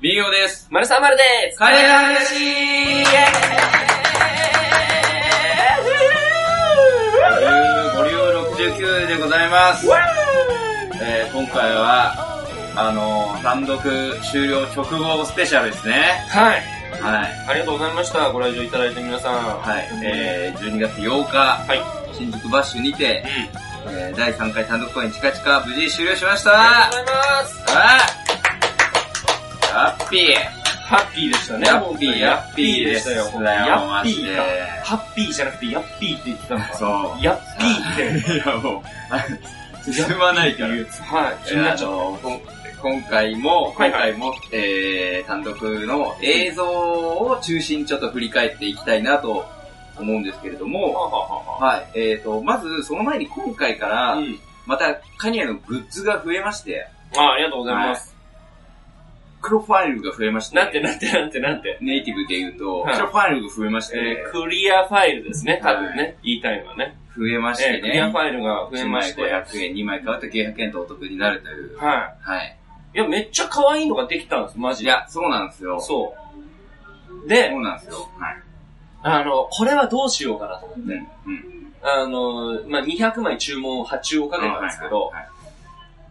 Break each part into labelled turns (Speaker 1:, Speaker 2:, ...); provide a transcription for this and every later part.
Speaker 1: B 業です。
Speaker 2: 丸さん丸です
Speaker 1: カレーの話ボリューム69でございます。えー今回は、あのー、単独終了直後スペシャルですね。
Speaker 2: はい。
Speaker 1: はい。
Speaker 2: ありがとうございました。ご来場いただいて皆さん。は
Speaker 1: はい。えー、12月8日、
Speaker 2: はい。
Speaker 1: 新宿バッシュにて、えー第3回単独公演チカチカ無事終了しました
Speaker 2: あ
Speaker 1: あ
Speaker 2: りがとうございます。
Speaker 1: ハッピー
Speaker 2: ハッピーでしたね。
Speaker 1: ヤッピー、ヤッピー
Speaker 2: で
Speaker 1: で
Speaker 2: し
Speaker 1: したた
Speaker 2: よ
Speaker 1: よ、。
Speaker 2: ヤッ
Speaker 1: マ
Speaker 2: ピ
Speaker 1: ジ
Speaker 2: ー
Speaker 1: で
Speaker 2: か。ハッピーじゃなくてヤッピーって言ってたのか。
Speaker 1: そう。
Speaker 2: ヤッピーって。
Speaker 1: いやもう、 あの進まないから。
Speaker 2: はい。気になっちゃう。
Speaker 1: う。こん今回も、
Speaker 2: はい
Speaker 1: 今
Speaker 2: はい
Speaker 1: 回も、えー、単独の映像を中心にちょっと振り返っていきたいなと思うんですけれども、はい、えーと、まずその前に今回から、
Speaker 2: うん
Speaker 1: またカニエのグッズが増えまして、
Speaker 2: あ、ありがとうございます。
Speaker 1: クロファイルが増えまして、
Speaker 2: なんてなんてなんてなんて。
Speaker 1: ネイティブで言うと、
Speaker 2: はい
Speaker 1: クロファイルが増えまして、
Speaker 2: えークリアファイルですね、多分ね。言いたいのはね。
Speaker 1: 増えまし
Speaker 2: え
Speaker 1: て
Speaker 2: ークリア
Speaker 1: ね
Speaker 2: フ、ァイルが増え
Speaker 1: 1
Speaker 2: ま
Speaker 1: 枚
Speaker 2: して。
Speaker 1: 500円、2枚買うと900円とお得になるという、
Speaker 2: は
Speaker 1: はい。
Speaker 2: い。いや、めっちゃ可愛いのができたんです、マジ
Speaker 1: い
Speaker 2: で。
Speaker 1: や、そうなんですよ。
Speaker 2: そう。で
Speaker 1: そ、うなんですよ。はい。
Speaker 2: あの、これはどうしようかなと思っ
Speaker 1: うん。う
Speaker 2: て。
Speaker 1: ん。
Speaker 2: あの、まあ、200枚注文を発注をかけたんですけど
Speaker 1: はい、はいはい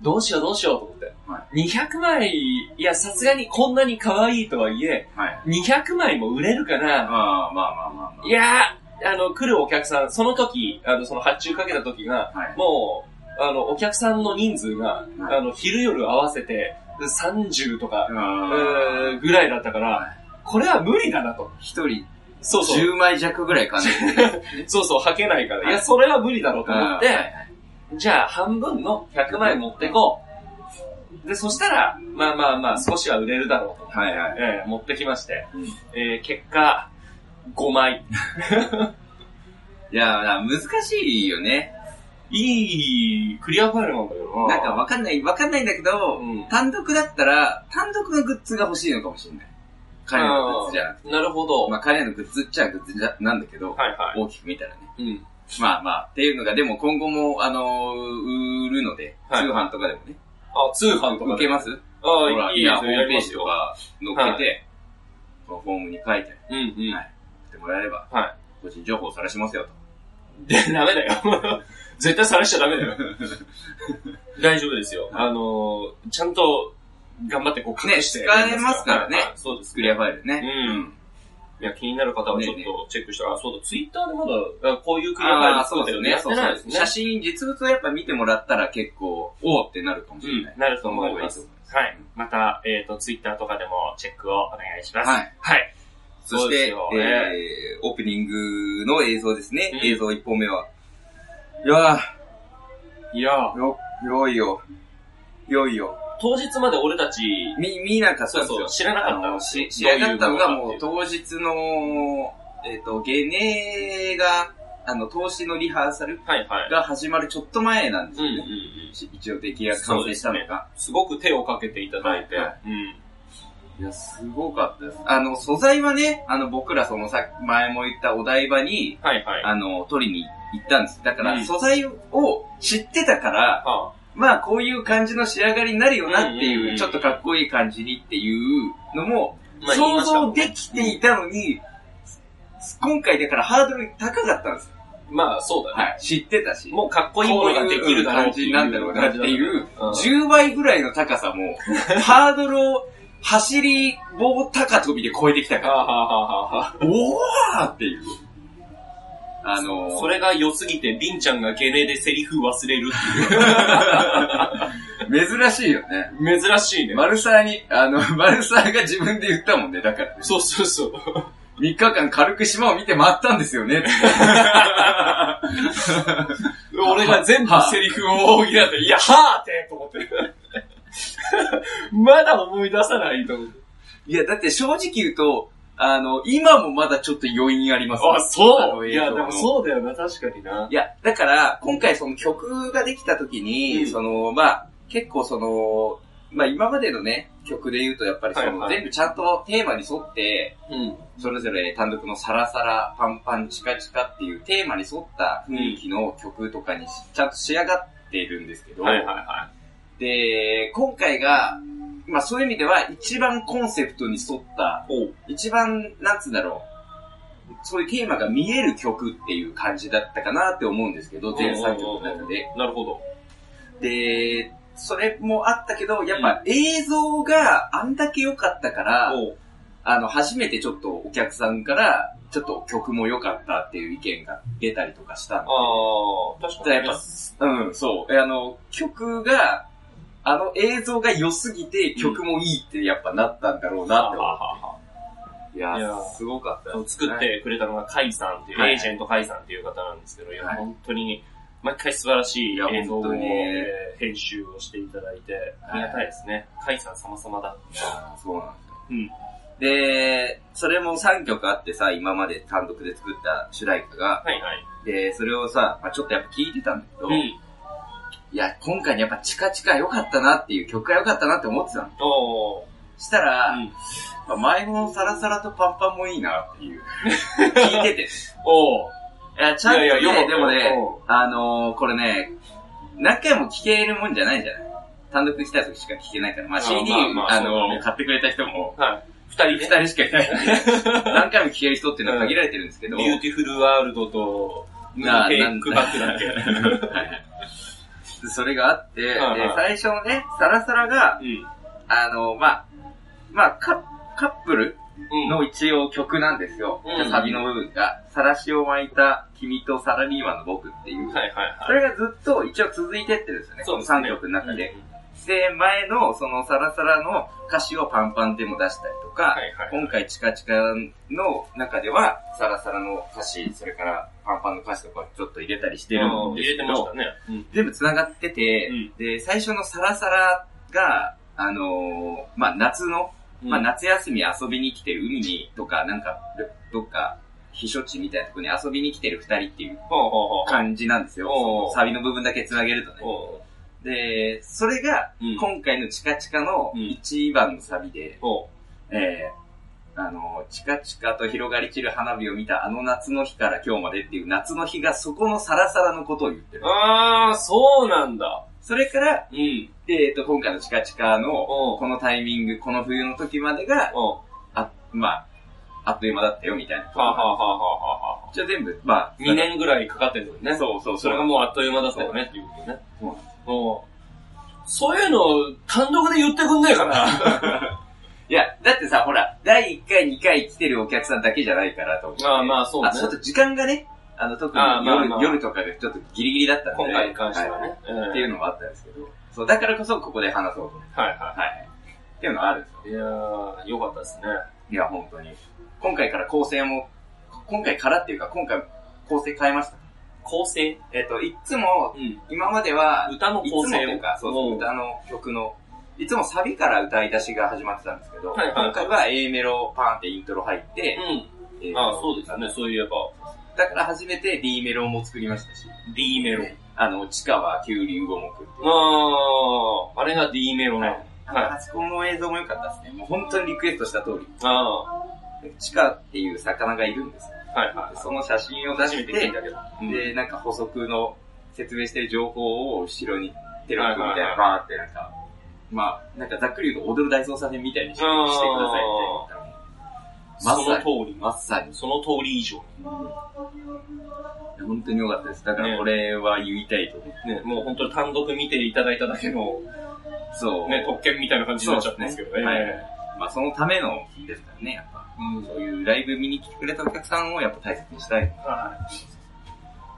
Speaker 2: どうしようどうしようと思って。
Speaker 1: は
Speaker 2: 200枚、いや、さすがにこんなに可愛いとはいえ、
Speaker 1: はい。
Speaker 2: 200枚も売れるかな。
Speaker 1: まあまあまあまあまあ。
Speaker 2: いやー、あの、来るお客さん、その時、あの、その発注かけた時が、
Speaker 1: はい。
Speaker 2: もう、あの、お客さんの人数が、
Speaker 1: はい
Speaker 2: あの、昼夜合わせて、30とか、え
Speaker 1: うーん
Speaker 2: ーぐらいだったか
Speaker 1: は
Speaker 2: ら、これは無理だなと。
Speaker 1: 一人
Speaker 2: そうそ
Speaker 1: 10
Speaker 2: う。
Speaker 1: 枚弱ぐらいかね。
Speaker 2: そうそう、履けないから。い
Speaker 1: は
Speaker 2: や、
Speaker 1: い
Speaker 2: それは無理だろうと思っ
Speaker 1: うん
Speaker 2: て、じゃあ半分の100枚持ってこう。で、そしたら、まあまあまあ、少しは売れるだろうと。
Speaker 1: はいはい。
Speaker 2: ええ持ってきまして
Speaker 1: うん。
Speaker 2: えー結果、5枚。
Speaker 1: いや、難しいよね。
Speaker 2: いいクリアファイルなんだけど
Speaker 1: なんかわかんない、わかんないんだけど、
Speaker 2: うん。
Speaker 1: 単独だったら、単独のグッズが欲しいのかもしれない。彼のグッズじゃなくて。
Speaker 2: なるほど。
Speaker 1: まあ彼のグッズっちゃグッズじゃなんだけど、
Speaker 2: はいは
Speaker 1: 大きく見たらね。
Speaker 2: い。うん。
Speaker 1: まあまあ、っていうのが、でも今後も、あのー売るので、
Speaker 2: はい
Speaker 1: 通販とかでもね。
Speaker 2: あ、通販とか
Speaker 1: 受
Speaker 2: で。
Speaker 1: けますほ
Speaker 2: あ
Speaker 1: ら、
Speaker 2: あ、い
Speaker 1: い
Speaker 2: い
Speaker 1: や、
Speaker 2: や
Speaker 1: ホ
Speaker 2: つ
Speaker 1: ー
Speaker 2: や
Speaker 1: ム
Speaker 2: り
Speaker 1: ペー
Speaker 2: ま
Speaker 1: ジ
Speaker 2: す
Speaker 1: と
Speaker 2: よ。
Speaker 1: か載っけて、このフォームに書いて、
Speaker 2: うんうん。
Speaker 1: はいってもらえれば、
Speaker 2: は
Speaker 1: 個人情報を晒しますよと。
Speaker 2: い。 で、ダメだよ。 絶対さらしちゃダ メだよ。大丈夫ですよ。あのー、ちゃんと頑張ってこう隠して
Speaker 1: ね
Speaker 2: やり
Speaker 1: 使えますからね
Speaker 2: はいそうです
Speaker 1: ク。リアファイルね。
Speaker 2: うんいや、気になる方はちょっ
Speaker 1: ね
Speaker 2: とチェックしたら、あ、そうだ、ツイッターでまだ、あこういうクリアファイ
Speaker 1: あ
Speaker 2: ル
Speaker 1: あ、そ
Speaker 2: 作
Speaker 1: う
Speaker 2: って
Speaker 1: で
Speaker 2: る
Speaker 1: す
Speaker 2: のや
Speaker 1: ね。
Speaker 2: っ
Speaker 1: そうそ
Speaker 2: てないです
Speaker 1: う
Speaker 2: ね。
Speaker 1: 写真、実物をやっぱ見てもらったら結構、おおってなるかもしれない。
Speaker 2: うん、なると思い
Speaker 1: 思い
Speaker 2: ま
Speaker 1: ます
Speaker 2: す。はい。また、えっ、と、ツイッターとかでもチェックをお願いします。。
Speaker 1: はいい。そし
Speaker 2: です
Speaker 1: て、
Speaker 2: よ
Speaker 1: えーオープニングの映像ですね
Speaker 2: うん。
Speaker 1: 映像1本目は。いや
Speaker 2: いや
Speaker 1: ー、よ、よいよ。よいよ。
Speaker 2: 当日まで俺たち、
Speaker 1: み、見なかったん
Speaker 2: そう
Speaker 1: です
Speaker 2: そ
Speaker 1: よ
Speaker 2: う、。知らなかった
Speaker 1: あ
Speaker 2: の
Speaker 1: のし仕上がったのがもう当日の、えっ、と、ゲネが、あの、投資のリハーサル
Speaker 2: はいはい。
Speaker 1: が始まるちょっと前なんで
Speaker 2: う
Speaker 1: す
Speaker 2: んう
Speaker 1: よ
Speaker 2: んう
Speaker 1: ね。
Speaker 2: ん。
Speaker 1: し一応出来が完成したのが。
Speaker 2: すごく手をかけていただいて、
Speaker 1: はいは
Speaker 2: うん。
Speaker 1: いや、すごかったです。あの、素材はね、あの、僕らそのさ、前も言ったお台場に、
Speaker 2: はいはい。
Speaker 1: あの、取りに行ったんです。だか
Speaker 2: う
Speaker 1: ら、
Speaker 2: ん
Speaker 1: 素材を知ってたから、
Speaker 2: は
Speaker 1: まあ、こういう感じの仕上がりになるよなって
Speaker 2: うんうんう
Speaker 1: い
Speaker 2: ん
Speaker 1: う、ちょっとかっこいい感じにっていうのも、
Speaker 2: あまあ言い
Speaker 1: 想
Speaker 2: ましたも
Speaker 1: 像
Speaker 2: んね
Speaker 1: できていたのに、今回だからハードル高かったんですよ。
Speaker 2: まあそうだね。
Speaker 1: はい。知ってたし。
Speaker 2: もうかっこいいものができるだろうっていう
Speaker 1: こういう感じなんだろうなっていう、10倍ぐらいの高さも、ハードルを走り棒高跳びで超えてきた
Speaker 2: は
Speaker 1: か
Speaker 2: はははは。
Speaker 1: ら、おーっていう。あの
Speaker 2: それが良すぎて、りんちゃんがゲネでセリフ忘れる
Speaker 1: 珍しいよね。
Speaker 2: っていう。珍しいね。
Speaker 1: マルサーに、あの、 マルサーが自分で言ったもんね、だから。
Speaker 2: そうそ うそう。
Speaker 1: 3日間軽く島を見て回ったんですよねって。
Speaker 2: 俺が全部セリフを大喜利だって、いや、はーってと思って。 まだ思い出さないと思って。
Speaker 1: いや、だって正直言うと、あの、今もまだちょっと余韻ありますね、
Speaker 2: そうい
Speaker 1: いや
Speaker 2: や、で
Speaker 1: で
Speaker 2: も
Speaker 1: も
Speaker 2: そうだよな、確かにな。
Speaker 1: いや、だから、今回その曲ができた時に、
Speaker 2: うん
Speaker 1: その、まあ、結構その、まあ今までのね、曲で言うとやっぱりその、
Speaker 2: はいはい
Speaker 1: 全部ちゃんとテーマに沿って、
Speaker 2: うん。
Speaker 1: それぞれ単独のサラサラ、パンパン、チカチカっていうテーマに沿った雰囲気の曲とかにしちゃんと仕上がっているんですけど、
Speaker 2: はいはいは
Speaker 1: で、今回が、まあそういう意味では、一番コンセプトに沿った、
Speaker 2: おう
Speaker 1: 一番、なんつうんだろう、そういうテーマが見える曲っていう感じだったかなって思うんですけど、全3曲の中で。
Speaker 2: なるほど。
Speaker 1: で、それもあったけど、やっぱ映像があんだけ良かったから、
Speaker 2: おう
Speaker 1: あの、初めてちょっとお客さんから、ちょっと曲も良かったっていう意見が出たりとかしたんで
Speaker 2: ああ、確かにね。
Speaker 1: やっぱうん、そう。えあの、曲が、あの映像が良すぎて曲もいいってやっぱなったんだろうな
Speaker 2: は
Speaker 1: って
Speaker 2: は
Speaker 1: 思
Speaker 2: は
Speaker 1: う。いや
Speaker 2: いや
Speaker 1: ー、すごかったです
Speaker 2: 作ってくれたのがカイさんっていう、
Speaker 1: はい
Speaker 2: エージェントカイさんっていう方なんですけど、いや、
Speaker 1: はい
Speaker 2: 本当に、毎回素晴らしい
Speaker 1: いや
Speaker 2: 映像を
Speaker 1: 本当に
Speaker 2: えー編集をしていただいて、ありがたいですね。カイさん様々だ。
Speaker 1: そうなんですよ。で、それも3曲あってさ、今まで単独で作った主題歌が、
Speaker 2: はいはい。
Speaker 1: で、それをさ、まあ、ちょっとやっぱ聞いてたんだけど、い
Speaker 2: ん。
Speaker 1: や、今回やっぱチカチカ良かったなっていう曲が良かったなって思ってたの。
Speaker 2: おー。
Speaker 1: したら、
Speaker 2: うん
Speaker 1: まあ前のサラサラとパンパンもいいなって いう。聞いてて。
Speaker 2: おー。
Speaker 1: いや、ちゃんとね、
Speaker 2: いやいやよかった
Speaker 1: で
Speaker 2: よ
Speaker 1: もね
Speaker 2: う、
Speaker 1: あのー、これね、何回も聴けるもんじゃないじゃない単独来た時しか聴けないから。まあ
Speaker 2: あ
Speaker 1: CD、
Speaker 2: まあまあ
Speaker 1: あ
Speaker 2: そうだ
Speaker 1: の
Speaker 2: ね
Speaker 1: ー、買ってくれた人も、
Speaker 2: はい。
Speaker 1: 二人、二
Speaker 2: 二人ね。
Speaker 1: 人しかいない からね。何回も聴ける人っていうのは限られてるんですけど。
Speaker 2: ビューティフルワールドと、ム
Speaker 1: な
Speaker 2: ーンケークバックだっけ。
Speaker 1: それがあって、で
Speaker 2: はいは
Speaker 1: 最初ね、サラサラ が、
Speaker 2: うん。
Speaker 1: あのー、まあ、まあ、カカップル
Speaker 2: うん。
Speaker 1: の一応曲なんですよ。
Speaker 2: うん
Speaker 1: サビの部分が、さらしを巻いた君とサラリーマンの僕っていう。
Speaker 2: はいはいはい。
Speaker 1: それがずっと一応続いてってるんですよね。この3曲の中で。。で、前のそのサラサラの歌詞をパンパンでも出したりとか、
Speaker 2: はいはい。
Speaker 1: 今回チカチカの中ではサラサラの歌詞、それからパンパンの歌詞とかちょっと入れたりしてるんです
Speaker 2: 入れ
Speaker 1: け
Speaker 2: てまし
Speaker 1: ど
Speaker 2: た、ね。うん。
Speaker 1: 全部繋がってて、
Speaker 2: うん
Speaker 1: で、最初のサラサラが、あのーまあ、夏の、まあ、夏休み遊びに来てる海にとか、なんか、どどっか、避暑地みたいなとこに遊びに来てる二人っていう
Speaker 2: ほうほうほう。
Speaker 1: 感じなんですよ。
Speaker 2: おう
Speaker 1: サビの部分だけ繋げるとね。
Speaker 2: おう
Speaker 1: で、それが、
Speaker 2: うん
Speaker 1: 今回のチカチカの
Speaker 2: うん
Speaker 1: 1番のサビで、
Speaker 2: おう
Speaker 1: えー、あの、チカチカと広がり散る花火を見たあの夏の日から今日までっていう夏の日がそこのサラサラのことを言ってる。
Speaker 2: あー、そうなんだ。
Speaker 1: それから、
Speaker 2: うん。
Speaker 1: えっ、と、今回のチカチカの、
Speaker 2: おう
Speaker 1: このタイミング、この冬の時までが、
Speaker 2: おう
Speaker 1: あ、まあ、あっという間だったよみたいな。
Speaker 2: はあ、はあはあはあはあ、
Speaker 1: じゃあ全部、まあ、
Speaker 2: 2年ぐらいかかってるのにね。そう
Speaker 1: そう
Speaker 2: それがもうあっという間だったよねっていうことね。
Speaker 1: そうなん
Speaker 2: もう、そういうの、単独で言ってくんない かな。
Speaker 1: いや、だってさ、ほら、第1回、2回来てるお客さんだけじゃないからと思って。
Speaker 2: まあまあ、そうね
Speaker 1: あ、。ちょっと時間がね、あの、特に
Speaker 2: あー
Speaker 1: 夜,、
Speaker 2: まあまあ
Speaker 1: 夜とかでちょっとギリギリだったんで。
Speaker 2: 今回に関してはね。
Speaker 1: い
Speaker 2: うん
Speaker 1: っていうのもあったんですけど。そう、だからこそここで話そうと思って。
Speaker 2: はいは
Speaker 1: はい。っていうのはあるんですよ。
Speaker 2: い。いやー、よかったですね。
Speaker 1: いや、本当に。今回から構成も、今回からっていうか、今回構成変えました。
Speaker 2: 構成
Speaker 1: えっ、と、いつも、
Speaker 2: うん。
Speaker 1: 今までは、
Speaker 2: 歌の
Speaker 1: いつ
Speaker 2: 構
Speaker 1: もと
Speaker 2: 成
Speaker 1: い
Speaker 2: を
Speaker 1: うか、そうそうう、
Speaker 2: ん
Speaker 1: 歌の曲の、いつもサビから歌い出しが始まってたんですけど、
Speaker 2: はいはい
Speaker 1: 今回は A メロパーンってイントロ入って、えー
Speaker 2: うん。あそうですね。そういえば、
Speaker 1: だから初めて D メロも作りましたし、
Speaker 2: D メロ。
Speaker 1: あの、地下は急流五目っていう。
Speaker 2: あー、あれが D メロなの。
Speaker 1: はいあそこの映像も良かったですね。もう本当にリクエストした通り。
Speaker 2: あ
Speaker 1: 地下っていう魚がいるんですよ。
Speaker 2: ー、はいはい。
Speaker 1: その写真を出
Speaker 2: 初
Speaker 1: し
Speaker 2: め
Speaker 1: て、
Speaker 2: て聞いたけど。うん
Speaker 1: で、なんか補足の説明してる情報を後ろにテロップみたいない
Speaker 2: ははいはい
Speaker 1: バーってなんか、まあ、なんかざっくり言うと踊る大捜査線みたいにしてしてくださいって言った
Speaker 2: その通り。
Speaker 1: まさに。
Speaker 2: その通り以上
Speaker 1: いや本当に良かったです。だからこれは言いたいと思って。
Speaker 2: に。ね、もう本当に単独見ていただいただけの、
Speaker 1: そう。
Speaker 2: ね、特権みたいな感じになっちゃってますけどね。
Speaker 1: はいまあそのためのですからね、やっぱ。
Speaker 2: うん
Speaker 1: そういうライブ見に来てくれたお客さんをやっぱ大切にしたい。
Speaker 2: は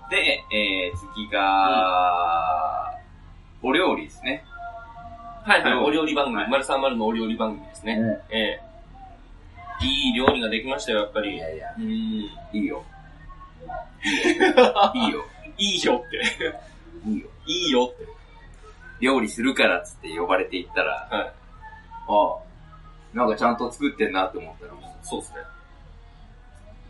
Speaker 1: で、えー、次が、お料理ですね。
Speaker 2: いはいはい、
Speaker 1: うん
Speaker 2: お料理番組、
Speaker 1: はい
Speaker 2: 丸三丸のお料理番組ですね。ええいい料理ができましたよ、やっぱり。
Speaker 1: いや、
Speaker 2: うん。い
Speaker 1: いいよ。いいよ。
Speaker 2: いよって。
Speaker 1: いいよ。
Speaker 2: いいよって。
Speaker 1: 料理するからっつって呼ばれていったら、
Speaker 2: はい。
Speaker 1: ああ、なんかちゃんと作ってんなって思ったら、もう
Speaker 2: そうですね。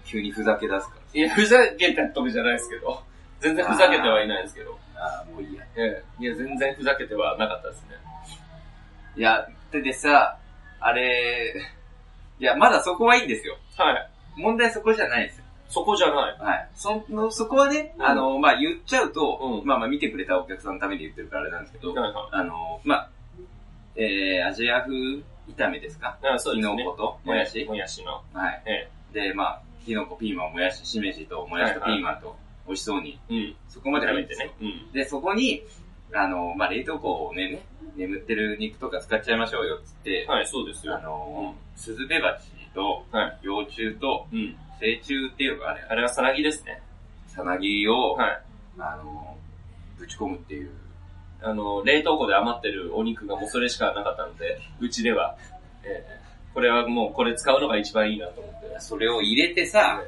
Speaker 1: 急にふざけ出すか
Speaker 2: いや、ふざけたとかじゃないですけど。全然ふざけてはいないですけど。
Speaker 1: ら。ああ、もういいや。
Speaker 2: ええいや、全然ふざけてはなかったですね。
Speaker 1: いや、ででさ、あれ、いや、まだそこはいいんですよ。
Speaker 2: はい。
Speaker 1: 問題そこじゃないんですよ。
Speaker 2: そこじゃない。
Speaker 1: はい。その、そこはね、
Speaker 2: うん
Speaker 1: あの、まあ、言っちゃうと、
Speaker 2: うん
Speaker 1: まあまあ見てくれたお客さんのために言ってるからあれなんですけど、
Speaker 2: はいは
Speaker 1: あの、まあ、えー、アジア風炒めですか
Speaker 2: あそう
Speaker 1: キ
Speaker 2: です
Speaker 1: ノ
Speaker 2: ね
Speaker 1: コ。とも
Speaker 2: も
Speaker 1: や
Speaker 2: や
Speaker 1: し
Speaker 2: し。もやしの。
Speaker 1: はい。
Speaker 2: え
Speaker 1: で、まあ、キノコ、ピーマン、もやし、しめじと、もやしとピ
Speaker 2: はいはい
Speaker 1: ーマンと、美味しそうに、
Speaker 2: うん。
Speaker 1: そこまで
Speaker 2: 炒
Speaker 1: は
Speaker 2: め
Speaker 1: いいんです
Speaker 2: て
Speaker 1: よ
Speaker 2: ね。。うん。
Speaker 1: で、そこに、あの、まあ、冷凍庫をね、ね眠ってる肉とか使っちゃいましょうよ、つって、
Speaker 2: はい、そうです
Speaker 1: あ
Speaker 2: よ。
Speaker 1: の、スズメバチと
Speaker 2: は、
Speaker 1: 幼虫と、
Speaker 2: うん。
Speaker 1: 成虫っていうのがあれ、
Speaker 2: あれはさなぎですね。
Speaker 1: さなぎを、
Speaker 2: はい。
Speaker 1: あの、ぶち込むっていう。
Speaker 2: あの、冷凍庫で余ってるお肉がもうそれしかなかったので、うちでは。ええこれはもうこれ使うのが一番いいなと思って。
Speaker 1: それを入れてさ、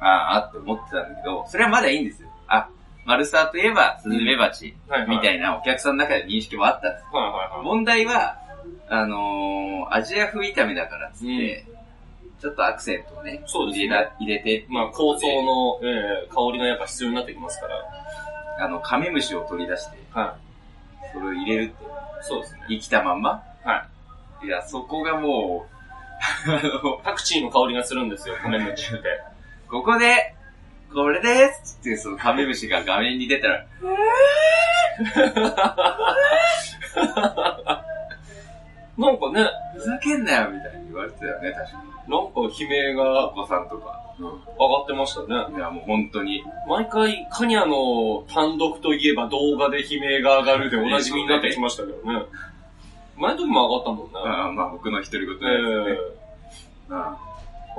Speaker 1: ああ、あって思ってたんだけど、それはまだいいんですよ。あ、マルサーといえばスズメバチ
Speaker 2: はい、
Speaker 1: みた
Speaker 2: い
Speaker 1: いなお客さんの中で認識もあったんです。
Speaker 2: な。はいはいはい。
Speaker 1: 問題は、あのーアジア風炒めだからっつって、ちょっとアクセントをね、
Speaker 2: そうです
Speaker 1: 入れ
Speaker 2: ね
Speaker 1: ら入れて、
Speaker 2: まあ、構想の、ええ香りがやっぱ必要になってきますから。
Speaker 1: あの、カメムシを取り出して、
Speaker 2: は
Speaker 1: それを入れるって、
Speaker 2: い。そうですね。
Speaker 1: 生きたまんま。
Speaker 2: はい
Speaker 1: いや、そこがもう、 あの、
Speaker 2: パクチーの香りがするんです よ、カメムチって。
Speaker 1: ここで、これですって、そのカメムシが画面に出たら、
Speaker 2: なんかね、
Speaker 1: ふざけんなよみたいに言われてたよね、確かに。
Speaker 2: なんか悲鳴
Speaker 1: お
Speaker 2: が
Speaker 1: 子さんとか。
Speaker 2: 上がってましたね。
Speaker 1: いや、もう本当に。
Speaker 2: 毎回、カニャの単独といえば動画で悲鳴が上がるでおなじみになってきましたけどね。前の時も上がったもんね。
Speaker 1: ああまあ僕の独り言です
Speaker 2: え
Speaker 1: ね。うん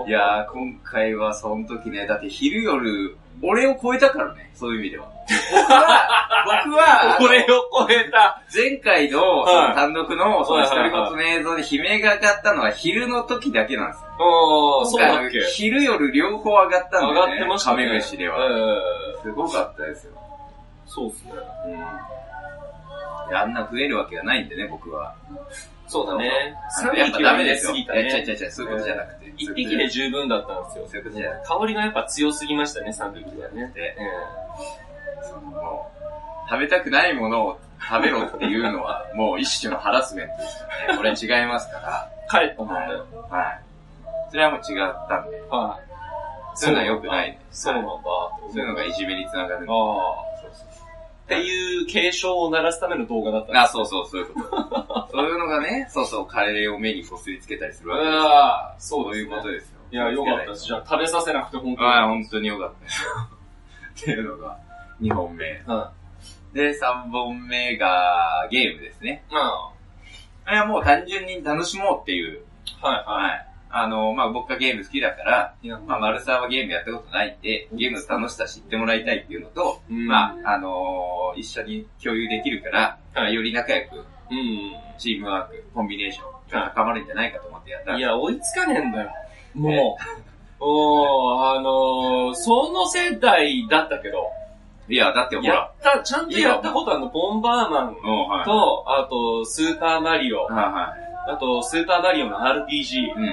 Speaker 1: いやー、今回はその時ね、だって昼夜、俺を超えたからね、そういう意味では。僕は、僕は、あの
Speaker 2: 俺を超えた。
Speaker 1: 前回のそ
Speaker 2: は
Speaker 1: の
Speaker 2: い
Speaker 1: 単独のその独
Speaker 2: はいは
Speaker 1: り
Speaker 2: いはい
Speaker 1: 言の映像で悲鳴が上がったのは昼の時だけなんです。
Speaker 2: ああ、そう
Speaker 1: 今回
Speaker 2: だっけ
Speaker 1: 昼夜両方上がったん
Speaker 2: 上
Speaker 1: だよ
Speaker 2: が
Speaker 1: ね。
Speaker 2: ってましたね。
Speaker 1: カメムシで
Speaker 2: え
Speaker 1: は。
Speaker 2: え
Speaker 1: すごかったですよ。
Speaker 2: そうですね。
Speaker 1: うん。いやあんな増えるわけがないんでね、僕は。
Speaker 2: そうだね。
Speaker 1: あのやっぱダメですよ。
Speaker 2: 3
Speaker 1: い
Speaker 2: 匹
Speaker 1: や、
Speaker 2: で
Speaker 1: 違う
Speaker 2: すぎたね
Speaker 1: 違う違う、そういうことじゃなくて。
Speaker 2: 一匹で十分だったんですよ。
Speaker 1: そういうことじゃなく
Speaker 2: 香りがやっぱ強すぎましたね、3匹はね。
Speaker 1: て、
Speaker 2: ええ
Speaker 1: そのもう、食べたくないものを食べろっていうのは、もう一種のハラスメントです からね。これ違いますか
Speaker 2: 帰ったもんね。
Speaker 1: ら。はい。それはもう違ったんで。
Speaker 2: はい。
Speaker 1: そういうのは良くない。
Speaker 2: そうなんだ。
Speaker 1: そういうのがいじめにつながるんで。
Speaker 2: ああ。
Speaker 1: そうそう
Speaker 2: っていう警鐘を鳴らすための動画だったん
Speaker 1: あ、そうそう、そういう こと。そういうのがね、そうそう、カレーを目にこすりつけたりするわけです。
Speaker 2: わそ
Speaker 1: そういうことですよ。
Speaker 2: いや、よかったです。じゃあ食べさせなくて本当に。
Speaker 1: はい、本当に良かったです。 っていうのが、2本目。
Speaker 2: うん。ま
Speaker 1: で、3本目が、ゲームですね。
Speaker 2: あ、
Speaker 1: あれはもう単純に楽しもうっていう。
Speaker 2: はいは
Speaker 1: はい。あの、まあ、僕がゲーム好きだから、
Speaker 2: い。いや、
Speaker 1: まあ、マルサーはゲームやったことないんで、ゲームの楽しさ知ってもらいたいっていうのと、
Speaker 2: うん
Speaker 1: まあ、あのー一緒に共有できるから、まあより仲良く、
Speaker 2: うん。
Speaker 1: チームワーク、コンビネーション、ちょっと高まるんじゃないかと思ってやった。
Speaker 2: いや、追いつかねえんだよ。もう。 おー、あのー、その世代だったけど、
Speaker 1: いや、だってほ
Speaker 2: や
Speaker 1: ら、
Speaker 2: った、ちゃんとやったことあるの、ボンバーマン
Speaker 1: うん、はい。
Speaker 2: と、あと、スーパーマリオ、
Speaker 1: は
Speaker 2: あと、スーパーマリオの RPG、
Speaker 1: いはい。うんうん。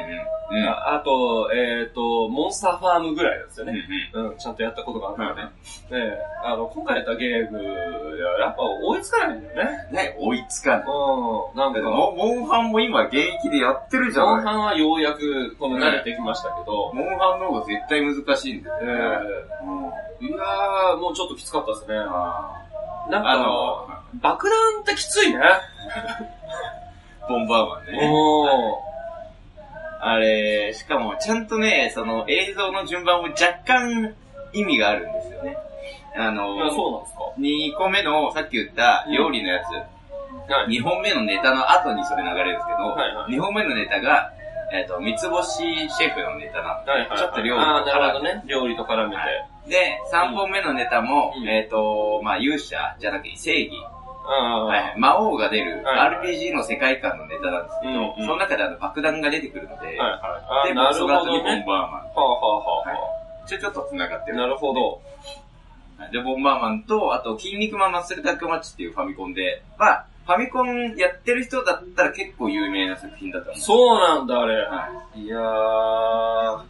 Speaker 1: うん。
Speaker 2: ああと、えっ、と、モンスターファームぐらいなんですよ
Speaker 1: うん
Speaker 2: ね。うん、ちゃんとやったことがあるから
Speaker 1: は
Speaker 2: ね。ねえあの、今回やったゲーム、やっぱ追いつかないんだよね。
Speaker 1: うん。ね、追いつかない。
Speaker 2: うん、なんか、モ
Speaker 1: モモンハンも今現役でやってるじゃ
Speaker 2: ン
Speaker 1: ない。
Speaker 2: ハンはようやく、この慣れてきましたけど、
Speaker 1: モンハンの方が絶対難しいんだ
Speaker 2: え
Speaker 1: よね。
Speaker 2: え
Speaker 1: うん。
Speaker 2: いやー、もうちょっときつかったですね。
Speaker 1: あ
Speaker 2: なんか、
Speaker 1: あの、
Speaker 2: 爆弾ってきついね。
Speaker 1: ボンバーマンね。
Speaker 2: おー。
Speaker 1: あれ、しかもちゃんとね、その映像の順番も若干意味があるんですよね。あ
Speaker 2: いや、
Speaker 1: の、
Speaker 2: そうなんですか
Speaker 1: 2個目のさっき言った料理のや
Speaker 2: は
Speaker 1: つ、2本目のネタの後にそれ流れるんですけど、
Speaker 2: はいはい
Speaker 1: 2本目のネタが、えっ、と、三つ星シェフのネタな
Speaker 2: はいはいはい。
Speaker 1: ちょっと料理と
Speaker 2: あー、なるほどね。料理と絡めて。
Speaker 1: はの。で、3本目のネタも、
Speaker 2: うん
Speaker 1: えっ、と、まあ勇者じゃなくて正義、
Speaker 2: あー
Speaker 1: はい、魔王が出る
Speaker 2: はいはい
Speaker 1: RPG の世界観のネタなんですけど、
Speaker 2: うんう
Speaker 1: そ
Speaker 2: ん
Speaker 1: の中であの爆弾が出てくるので、
Speaker 2: はいはい。あー、
Speaker 1: で、
Speaker 2: な
Speaker 1: まあ
Speaker 2: る
Speaker 1: そ
Speaker 2: ほ
Speaker 1: の後に
Speaker 2: ど
Speaker 1: ボ
Speaker 2: ね
Speaker 1: ン。バーマン。
Speaker 2: はあはあはあは
Speaker 1: ちょ、ちょっと繋がって
Speaker 2: あ。
Speaker 1: る。
Speaker 2: なるほど。
Speaker 1: で、ボンバーマンと、あと、筋肉マンマッスルタックマッチっていうファミコンで、まあ、ファミコンやってる人だったら結構有名な作品だと思
Speaker 2: そうなんだ、あれ。
Speaker 1: う。はい
Speaker 2: やー、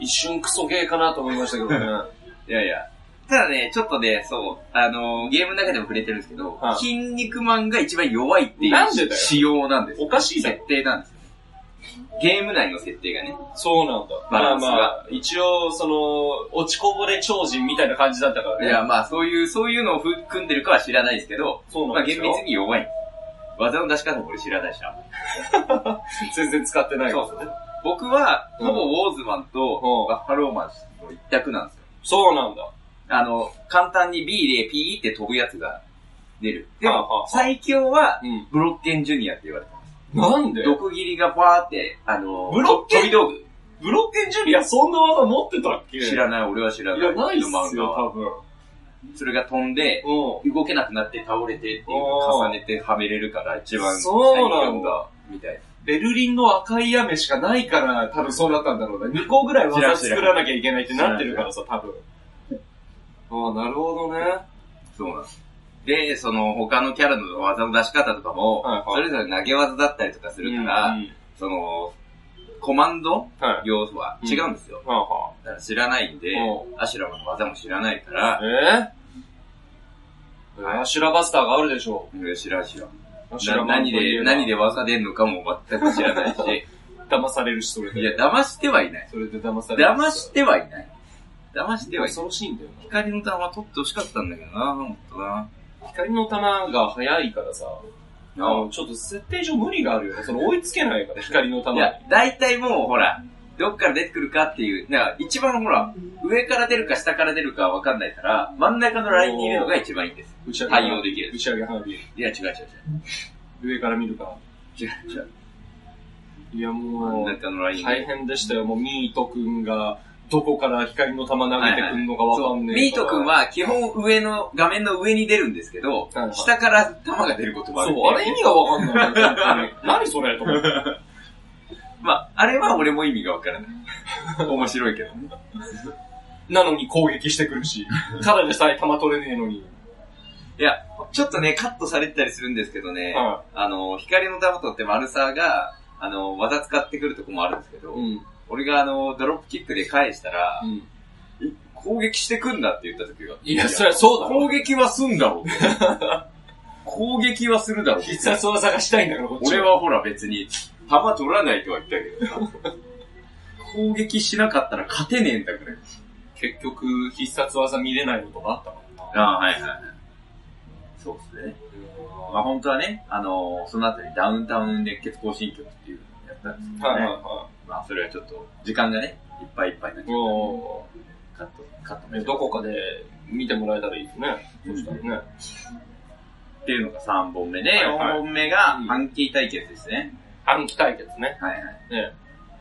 Speaker 2: 一瞬クソゲーかなと思いましたけどね。
Speaker 1: い。いやいや。ただね、ちょっとね、そう、あのーゲームの中でも触れてるんですけど、
Speaker 2: はい
Speaker 1: 筋肉マンが一番弱いってい
Speaker 2: なんでだ
Speaker 1: う
Speaker 2: よ
Speaker 1: 仕様なんですよ。
Speaker 2: おかしいだろ。
Speaker 1: 設定なんですよ。ゲーム内の設定がね。
Speaker 2: そうなんだ。
Speaker 1: バ
Speaker 2: ま
Speaker 1: ラ
Speaker 2: あ
Speaker 1: ンス
Speaker 2: ま
Speaker 1: が
Speaker 2: あ、一応、その、落ちこぼれ超人みたいな感じだったから
Speaker 1: い
Speaker 2: ね。
Speaker 1: や、まあ、そういう、そういうのを組んでるかは知らないですけど、
Speaker 2: そう
Speaker 1: ま
Speaker 2: な
Speaker 1: あ、
Speaker 2: んです
Speaker 1: 厳
Speaker 2: よ。
Speaker 1: 密に弱いんです。技の出し方も俺知らないしな。
Speaker 2: 全然使ってない
Speaker 1: そうそう。僕は、ほぼウォーズマンと
Speaker 2: うん
Speaker 1: バッファローマンの一択なんですよ。
Speaker 2: そうなんだ。
Speaker 1: あの、簡単に B で P って飛ぶやつが出る。で
Speaker 2: はあはあは
Speaker 1: も
Speaker 2: あ、
Speaker 1: 最強は、
Speaker 2: うん。
Speaker 1: ブロッケンジュニアって言われてます。
Speaker 2: なんで
Speaker 1: 毒斬りがバーって、あの、
Speaker 2: ブロッケン
Speaker 1: 飛び道具。
Speaker 2: ブロッケンジュニアそんな技持ってたっけ
Speaker 1: 知らない、俺は知らない。
Speaker 2: いや、ないっすよ、
Speaker 1: 漫画は。
Speaker 2: 多分。
Speaker 1: それが飛んで、
Speaker 2: う
Speaker 1: 動けなくなって倒れてっていうのを重ねてはめれるから一番
Speaker 2: そうなんだ。
Speaker 1: みたい
Speaker 2: ん。ベルリンの赤い雨しかないから、多分そうなったんだろうね。2個ぐらい技作らなきゃいけないってなってるからさ、多分。ああ、なるほどね。
Speaker 1: な。そうなんです。で、その他のキャラの技の出し方とかも、
Speaker 2: はいはい
Speaker 1: それぞれ投げ技だったりとかするから、
Speaker 2: うんうん
Speaker 1: その、コマンド
Speaker 2: はい。
Speaker 1: 要素は違うんですよ。
Speaker 2: はあは
Speaker 1: だから知らないんで、
Speaker 2: う
Speaker 1: アシュラマの技も知らないから、
Speaker 2: あ。えー、アシュラバスターがあるでしょ
Speaker 1: うん知らん知らん。
Speaker 2: アシュラ
Speaker 1: な
Speaker 2: マン
Speaker 1: 何
Speaker 2: といえ
Speaker 1: で、
Speaker 2: ば
Speaker 1: 何で技出んのかも全く知らないし、
Speaker 2: 騙されるし、それ
Speaker 1: いや、
Speaker 2: で。
Speaker 1: 騙してはいない。
Speaker 2: それで騙される
Speaker 1: 騙してはいない。騙してはいない。
Speaker 2: 恐ろしいんだよ
Speaker 1: 光の玉取って欲しかったんだけどな、ほんとな。
Speaker 2: な。光の玉が速いからさ、あの、ちょっと設定上無理があるよね。その追いつけない から、光の
Speaker 1: い
Speaker 2: 玉に。
Speaker 1: や、大体もうほら、どっから出てくるかっていう、なんか一番ほら、上から出るか下から出るかわかんないから、真ん中のラインにいるのが一番いいんです。
Speaker 2: 打ち上げ
Speaker 1: 対応できる
Speaker 2: 打ち上げ花火。
Speaker 1: いや、違う違う
Speaker 2: 上から見るか。
Speaker 1: 違う。違う違う。
Speaker 2: いや、も
Speaker 1: 真ん
Speaker 2: う、
Speaker 1: 中のラインに。
Speaker 2: 大変でしたよ。もう、ミートくんが、どこから光の玉投げてくんのかわ
Speaker 1: そ
Speaker 2: か
Speaker 1: う、
Speaker 2: んねえ
Speaker 1: ミート君、は基本上の、画面の上に出るんですけど
Speaker 2: はいは、い
Speaker 1: 下から弾が出ることもあるってい
Speaker 2: そう、あれ意味が わかんない本当に。何それと思って。
Speaker 1: まあ、あれは俺も意味がわからない。 面白いけどね。
Speaker 2: なのに攻撃してくる し、ただでさえ弾取れねえのに。
Speaker 1: いや、ちょっとね、カットされてたりするんですけどね、
Speaker 2: は
Speaker 1: あの、光の玉とってマルサーが、あの、技使ってくるとこもあるんですけど、
Speaker 2: い。うん。
Speaker 1: 俺があの、ドロップキックで返したら
Speaker 2: う、ん。
Speaker 1: 攻撃してくんだって言った時は、
Speaker 2: いや、そりゃそうだろ。
Speaker 1: 攻撃はすんだろ う。攻撃はするだろう。
Speaker 2: 必殺技がしたいんだから、こっち
Speaker 1: 俺。はほら別に、弾取らないとは言ったけどさ攻撃しなかったら勝てねえんだから。
Speaker 2: 結局、必殺技見れないことがあったからな。
Speaker 1: ああ、はいはいはい。そうっすね。まあ本当はね、あのーその後にダウンタウン熱血行進曲っていうのをやったんですけど
Speaker 2: はい
Speaker 1: ね。
Speaker 2: はいは
Speaker 1: まあそれはちょっと、時間がね、いっぱいいっぱいになっ
Speaker 2: い。
Speaker 1: ちゃう
Speaker 2: も
Speaker 1: カット、カット
Speaker 2: う、
Speaker 1: ね。
Speaker 2: どこかで見てもらえたらいいですね。そしたらね。
Speaker 1: っていうのが3本目で、
Speaker 2: はいは
Speaker 1: 4
Speaker 2: い
Speaker 1: 本目が、ハンキー対決ですね。
Speaker 2: 暗記対決ね。
Speaker 1: はいはい。
Speaker 2: ね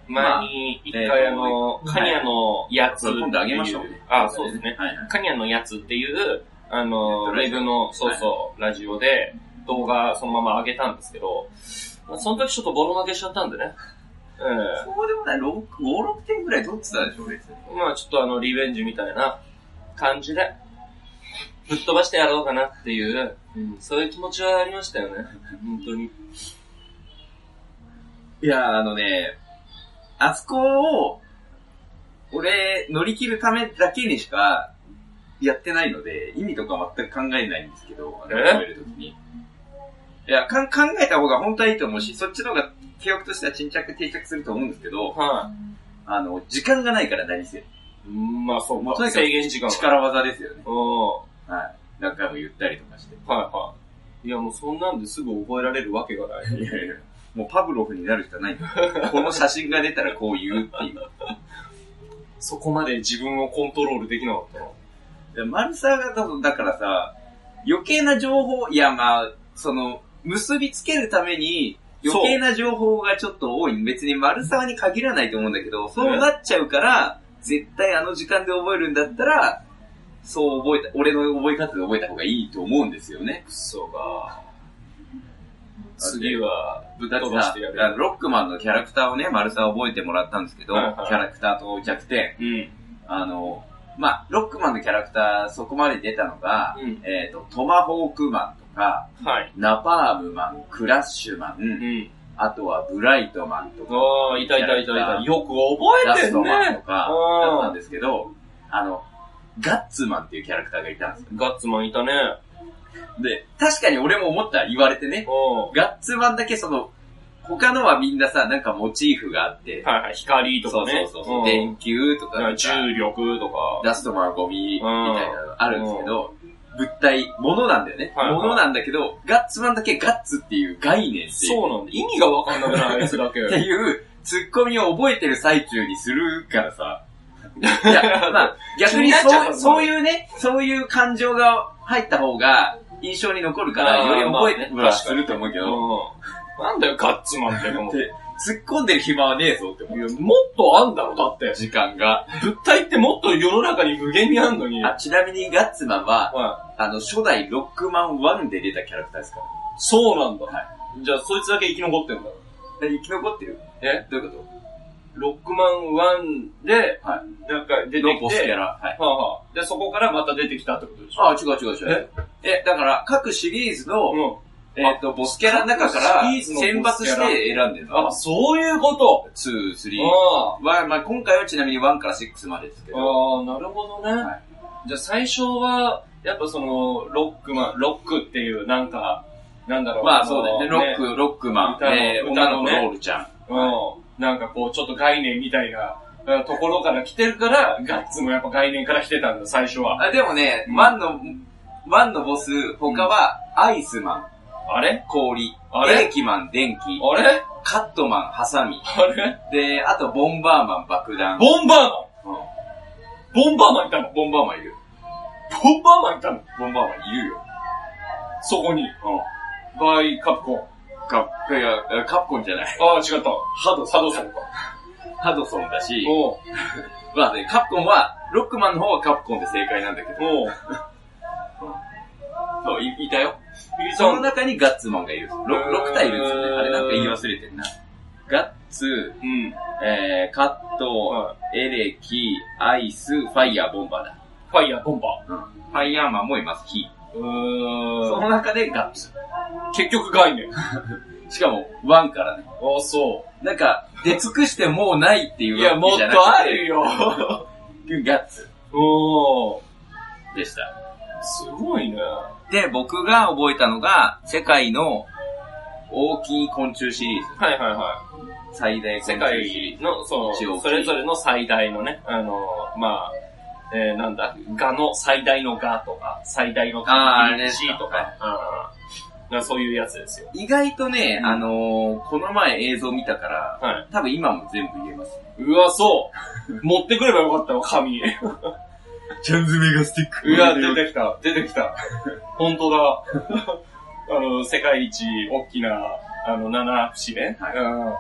Speaker 1: まあ
Speaker 2: 前に一回あの、
Speaker 1: えーと
Speaker 2: カニャのやつっていう。
Speaker 1: 今度あげましょうね。
Speaker 2: あ、そうですね。。
Speaker 1: はいはい。
Speaker 2: カニャのやつっていう、あの、ウ
Speaker 1: ネットラ
Speaker 2: ェ
Speaker 1: ジオ
Speaker 2: ブの、そうそう、ラジオで動画そのまま上げたんですけど、まあその時ちょっとボロ負けしちゃったん でね。う
Speaker 1: そうでもない、6、5、6点ぐらい取ってたでしょ、別に。
Speaker 2: ん。まあちょっとあの、リベンジみたいな感じで、ぶっ飛ばしてやろうかなっていう、うんそういう気持ちはありましたよね。 本当に。
Speaker 1: いや、あのね、あそこを、俺、乗り切るためだけにしか、やってないので、意味とか全く考えないんですけど、あれを
Speaker 2: え
Speaker 1: 食べるときに。いやかん、考えた方が本当はいいと思うし、そっちの方が、記憶としては沈着定着すると思うんですけど、
Speaker 2: は
Speaker 1: あの、時間がないから何せ。
Speaker 2: い。うんまあそう、ま
Speaker 1: とに
Speaker 2: あ、
Speaker 1: かく
Speaker 2: 制限時間が。
Speaker 1: 力技ですよね。
Speaker 2: うん。
Speaker 1: はい。何回も言ったりとかして。
Speaker 2: はいはい。いやもうそんなんですぐ覚えられるわけがない。
Speaker 1: いやいや、 もうパブロフになるしかないんだよこの写真が出たらこう言うっていう
Speaker 2: そこまで自分をコントロールできなかったの。
Speaker 1: で。マルサーがだと、だからさ、余計な情報、いやまあ、その、結びつけるために、余計な情報がちょっと多い。別にマルサーに限らないと思うんだけど、そうなっちゃうから、絶対あの時間で覚えるんだったら、そう覚えた、俺の覚え方で覚えた方がいいと思うんですよね。
Speaker 2: クソが。次は、ぶっ
Speaker 1: だって
Speaker 2: 飛ばしてや
Speaker 1: さ
Speaker 2: る。
Speaker 1: ロックマンのキャラクターをね、マルサー覚えてもらったんですけど、
Speaker 2: はいはい
Speaker 1: キャラクターと弱点。
Speaker 2: うん。
Speaker 1: あの、まあ、ロックマンのキャラクター、そこまで出たのが、
Speaker 2: うん。
Speaker 1: えっ、と、トマホークマンとか、
Speaker 2: はい。
Speaker 1: ナパームマン、クラッシュマン、
Speaker 2: うん。
Speaker 1: あとはブライトマンとか、
Speaker 2: ああ、いたいたいたいた。よく
Speaker 1: ラ
Speaker 2: 覚えて
Speaker 1: ス
Speaker 2: ん
Speaker 1: トマン
Speaker 2: ね
Speaker 1: と。か、
Speaker 2: う
Speaker 1: だ
Speaker 2: ん
Speaker 1: ったんですけど、あの、ガッツマンっていうキャラクターがいたんですよ。
Speaker 2: ガッツマンいたね。
Speaker 1: で、確かに俺も思った、言われてね。
Speaker 2: お
Speaker 1: ガッツマンだけその、他のはみんなさ、なんかモチーフがあって、
Speaker 2: はいはい、光と
Speaker 1: そう
Speaker 2: かね。
Speaker 1: そうそう、
Speaker 2: ん
Speaker 1: 電球とか
Speaker 2: なんか重力とか。
Speaker 1: ダストマンゴミみたいなのあるんですけど、物体、物なんだよね。
Speaker 2: はいはい
Speaker 1: 物なんだけど、ガッツマンだけガッツっていう概念っていう、
Speaker 2: そうなんだ。意味がわかんなくない、あ いつだけ。
Speaker 1: っていう、ツッコミを覚えてる最中にするから さ。いや、まあ、逆に
Speaker 2: 気になっちゃ
Speaker 1: そうう、そういうね、そういう感情が入った方が、印象に残るから、より覚えて
Speaker 2: まあ
Speaker 1: はすると思うけど、
Speaker 2: うん。なんだよ、ガッツマンって思って。
Speaker 1: で突っ込んでる暇はねえぞって思う。
Speaker 2: いや、もっとあんだろ、だって。
Speaker 1: 時間が。
Speaker 2: 物体ってもっと世の中に無限にあんのに。
Speaker 1: あ、ちなみにガッツマンは、
Speaker 2: は
Speaker 1: あの、初代ロックマン1で出たキャラクターですから。
Speaker 2: い。そうなんだ。
Speaker 1: は
Speaker 2: じゃあ、そいつだけ生き残ってんだ。
Speaker 1: え生き残ってる
Speaker 2: え
Speaker 1: どういうこ
Speaker 2: ロックマン1で、
Speaker 1: は
Speaker 2: なんか
Speaker 1: と
Speaker 2: 出てきて、
Speaker 1: ロボスキャラ。はい。
Speaker 2: はあはあで、そこからまた出てきたってことでしょ
Speaker 1: あ、違う違う違う。え、だから、各シリーズの、
Speaker 2: う
Speaker 1: えっ、と、ボスキャラの中から、
Speaker 2: シリーズのボスキ
Speaker 1: 選
Speaker 2: ャ
Speaker 1: 抜
Speaker 2: ラ
Speaker 1: して選んでる
Speaker 2: ん。
Speaker 1: の。
Speaker 2: あ、そういうこと。
Speaker 1: 2、3。
Speaker 2: あ
Speaker 1: は、まあ、今回はちなみに1から6までですけ
Speaker 2: あ、
Speaker 1: ど。
Speaker 2: ああ、なるほどね。
Speaker 1: はい
Speaker 2: じゃあ最初は、やっぱその、ロックマン、ロックっていう、なんか、なんだろう。
Speaker 1: まあ、そうだよね。
Speaker 2: あ
Speaker 1: ロ
Speaker 2: の
Speaker 1: ッ。ク、ロックマン、
Speaker 2: 歌の
Speaker 1: えー
Speaker 2: 歌
Speaker 1: 女の
Speaker 2: の
Speaker 1: 子
Speaker 2: ね
Speaker 1: ロールちゃん。
Speaker 2: うん。なんかこう、ちょっと概念みたいな、うんところから来てるから、ガッツもやっぱ概念から来てたんだ、最初は。
Speaker 1: あでもね、
Speaker 2: うん
Speaker 1: 1の、1のボス、他は、アイスマン、
Speaker 2: あれ
Speaker 1: 氷、
Speaker 2: あ
Speaker 1: 電
Speaker 2: れ
Speaker 1: 気マン、電気、
Speaker 2: あれ
Speaker 1: カットマン、ハサミ。
Speaker 2: あれ
Speaker 1: で、あと、ボンバーマン、爆弾。
Speaker 2: ボンバーマン
Speaker 1: うん
Speaker 2: ボンバーマンいたの
Speaker 1: ボンバーマンいる。
Speaker 2: ボンバーマンいたの
Speaker 1: ボンバーマンいるよ。
Speaker 2: そこに。
Speaker 1: う
Speaker 2: バイカプコン。
Speaker 1: ん。カップ、いや、カプコンじゃない。
Speaker 2: ああ、違った。ハド、ハドソンか。
Speaker 1: ハドソンだし、
Speaker 2: おう
Speaker 1: まあね、カプコンは、ロックマンの方はカプコンで正解なんだけど、
Speaker 2: おう
Speaker 1: そう、いいたよ。
Speaker 2: ビー
Speaker 1: その
Speaker 2: ん。
Speaker 1: 中にガッツマンがいる。
Speaker 2: う
Speaker 1: 6,
Speaker 2: ん
Speaker 1: 6体いるんですよね。あれなんか言い忘れてんな。ガッツ、
Speaker 2: うん。
Speaker 1: えー、カット、エレキ、アイス、ファイヤー、ボンバーだ。
Speaker 2: ファイヤー、ボンバ
Speaker 1: ファイヤーマンもいます、火。そ
Speaker 2: ー。うーん。
Speaker 1: の中でガッツ。
Speaker 2: 結局概念。あ
Speaker 1: しかも、ワンからね。
Speaker 2: あ、そ。
Speaker 1: なんか、出尽くしてもうないっていうう
Speaker 2: いや、もっ
Speaker 1: じゃな
Speaker 2: とあ
Speaker 1: く
Speaker 2: る
Speaker 1: て
Speaker 2: よ。
Speaker 1: ガッツ
Speaker 2: おー。
Speaker 1: でした。
Speaker 2: すごいね。は
Speaker 1: で、僕が覚えたのが、世界の大きい昆虫シリーズ。
Speaker 2: いはいは
Speaker 1: 最大
Speaker 2: い。世
Speaker 1: 昆虫シリー
Speaker 2: 界の、そ
Speaker 1: 一応
Speaker 2: の、それぞれの最大のね、あの、まあ、えー、なんだ、ガの最大のガとか、最大の
Speaker 1: あーあれね
Speaker 2: G とか、うんなそういうやつですよ。
Speaker 1: ズ。意外とね、
Speaker 2: うん
Speaker 1: あのーこの前映像見たから、
Speaker 2: は
Speaker 1: 多分今も全部言えます。
Speaker 2: い。うわ、そう。 持ってくればよかったわ、紙。
Speaker 1: ちゃんズメガスティック
Speaker 2: うわ、出てきた、出てきた。本当だ。 あの、世界一大きな、あの、七節ね。
Speaker 1: はい
Speaker 2: うん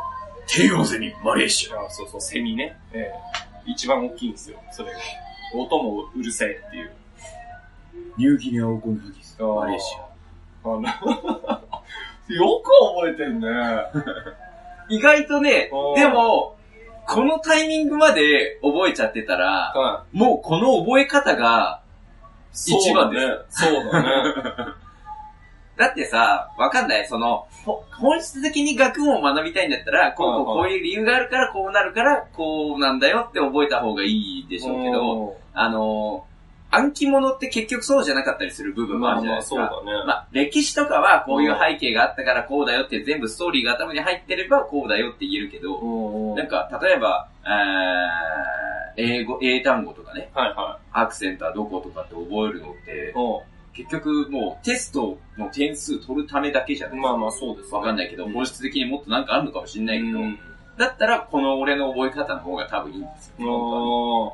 Speaker 1: 帝王ゼミ、マレーシ
Speaker 2: あそうそう、セミね。ええ一番大きいんですよ、それが。音もうるせえっていう。
Speaker 1: ア、ニューギニアオコンフギス
Speaker 2: あー
Speaker 1: マレーシア。
Speaker 2: あの よく覚えてんね。
Speaker 1: 意外とね
Speaker 2: お、ー
Speaker 1: でも、このタイミングまで覚えちゃってたら、
Speaker 2: は
Speaker 1: もうこの覚え方が、
Speaker 2: い。
Speaker 1: 一番です
Speaker 2: そうだね。
Speaker 1: だってさ、わかんない、その、ほ本質的に学問を学びたいんだったら、こう、こう、こういう理由があるから、こうなるから、こうなんだよって覚えた方がいいで
Speaker 2: で
Speaker 1: しょうけど、あのー、暗記物って結局そうじゃなかったりする部分もあ
Speaker 2: ま
Speaker 1: る
Speaker 2: あ
Speaker 1: じゃない
Speaker 2: まあ
Speaker 1: です
Speaker 2: そう
Speaker 1: か。
Speaker 2: だ
Speaker 1: まあ、
Speaker 2: ね。
Speaker 1: 歴史とかはこういう背景があったからこうだよって全部ストーリーが頭に入ってればこうだよって言えるけど、
Speaker 2: うんうんは
Speaker 1: なん
Speaker 2: い
Speaker 1: か、例えば、えー英語、英単語とかね、
Speaker 2: は
Speaker 1: アクセントはどことかって覚えるのって
Speaker 2: い。、う
Speaker 1: 結局もうテストの点数取るためだけじゃない
Speaker 2: んまあまあそうですね。
Speaker 1: わかん
Speaker 2: ない
Speaker 1: ないけど、本質的にもっとなんかあるのかもしれないけど、
Speaker 2: うん。
Speaker 1: だったらこの俺の覚え方の方が多分いいんですよ。本
Speaker 2: うん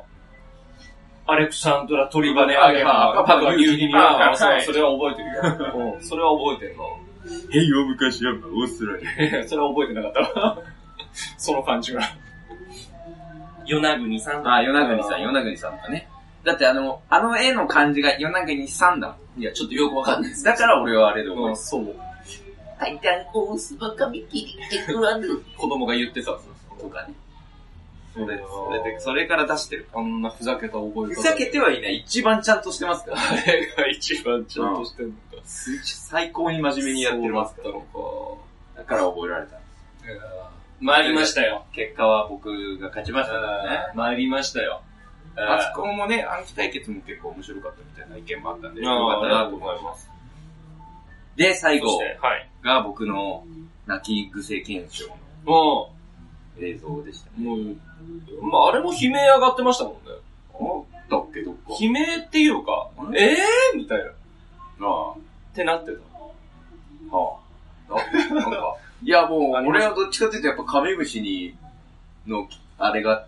Speaker 2: アレクサンドラ・トリバネ・
Speaker 1: あ
Speaker 2: アゲハ、
Speaker 1: パパの
Speaker 2: ユーギニア、
Speaker 1: あ
Speaker 2: あそう
Speaker 1: はい
Speaker 2: それは覚えてるよ。うんそれは覚えてるの。
Speaker 1: 当 に。へいよ、昔はオーストラリア。
Speaker 2: それは覚えてなかったわ。 その感じが。与那国さん
Speaker 1: あ、与那国さん、与那国さんとかね。だってあの、あの絵の漢字が与那国さんだもん。
Speaker 2: いや、ちょっとよくわかんないです。
Speaker 1: だから俺はあれで覚
Speaker 2: う
Speaker 1: え
Speaker 2: ん、
Speaker 1: て
Speaker 2: そう。
Speaker 3: 階段をすばかみきりてくわぬ。
Speaker 2: 子供が言ってた。
Speaker 1: るとかね。
Speaker 2: そ
Speaker 1: でそれで、それから出してる。
Speaker 2: あんなふざけた覚え
Speaker 1: ふ
Speaker 2: 方。
Speaker 1: ざけてはいない。一番ちゃんとしてますから。
Speaker 2: あれが一番ちゃんとしてんのか。
Speaker 1: 最高に真面目にやってます
Speaker 2: そうだったの
Speaker 1: だから覚えられた。
Speaker 2: か。いやー参りましたよ。
Speaker 1: 結果は僕が勝ちましたからね。
Speaker 2: 参りましたよ。
Speaker 1: マツコンもね、暗記対決も結構面白かったみたいな意見もあったんで、
Speaker 2: あ
Speaker 1: よか
Speaker 2: ー
Speaker 1: ったなと
Speaker 2: あ
Speaker 1: 思
Speaker 2: り
Speaker 1: い
Speaker 2: がとうござい
Speaker 1: ま。
Speaker 2: ます
Speaker 1: で、最
Speaker 2: そし
Speaker 1: 後
Speaker 2: て、はい。
Speaker 1: が僕の泣き癖検証の
Speaker 2: も
Speaker 1: 映像でした。
Speaker 2: う、もう、まあ、あれも悲鳴上がってましたもんね。
Speaker 1: あったっけ、どっか。
Speaker 2: 悲鳴っていうか、
Speaker 1: あれ
Speaker 2: ええーみたいな。
Speaker 1: あ
Speaker 2: てなってた。
Speaker 1: あ。はあ。あなんか、いやもう、俺はどっちかというとやっぱカメムシに、の、あれが、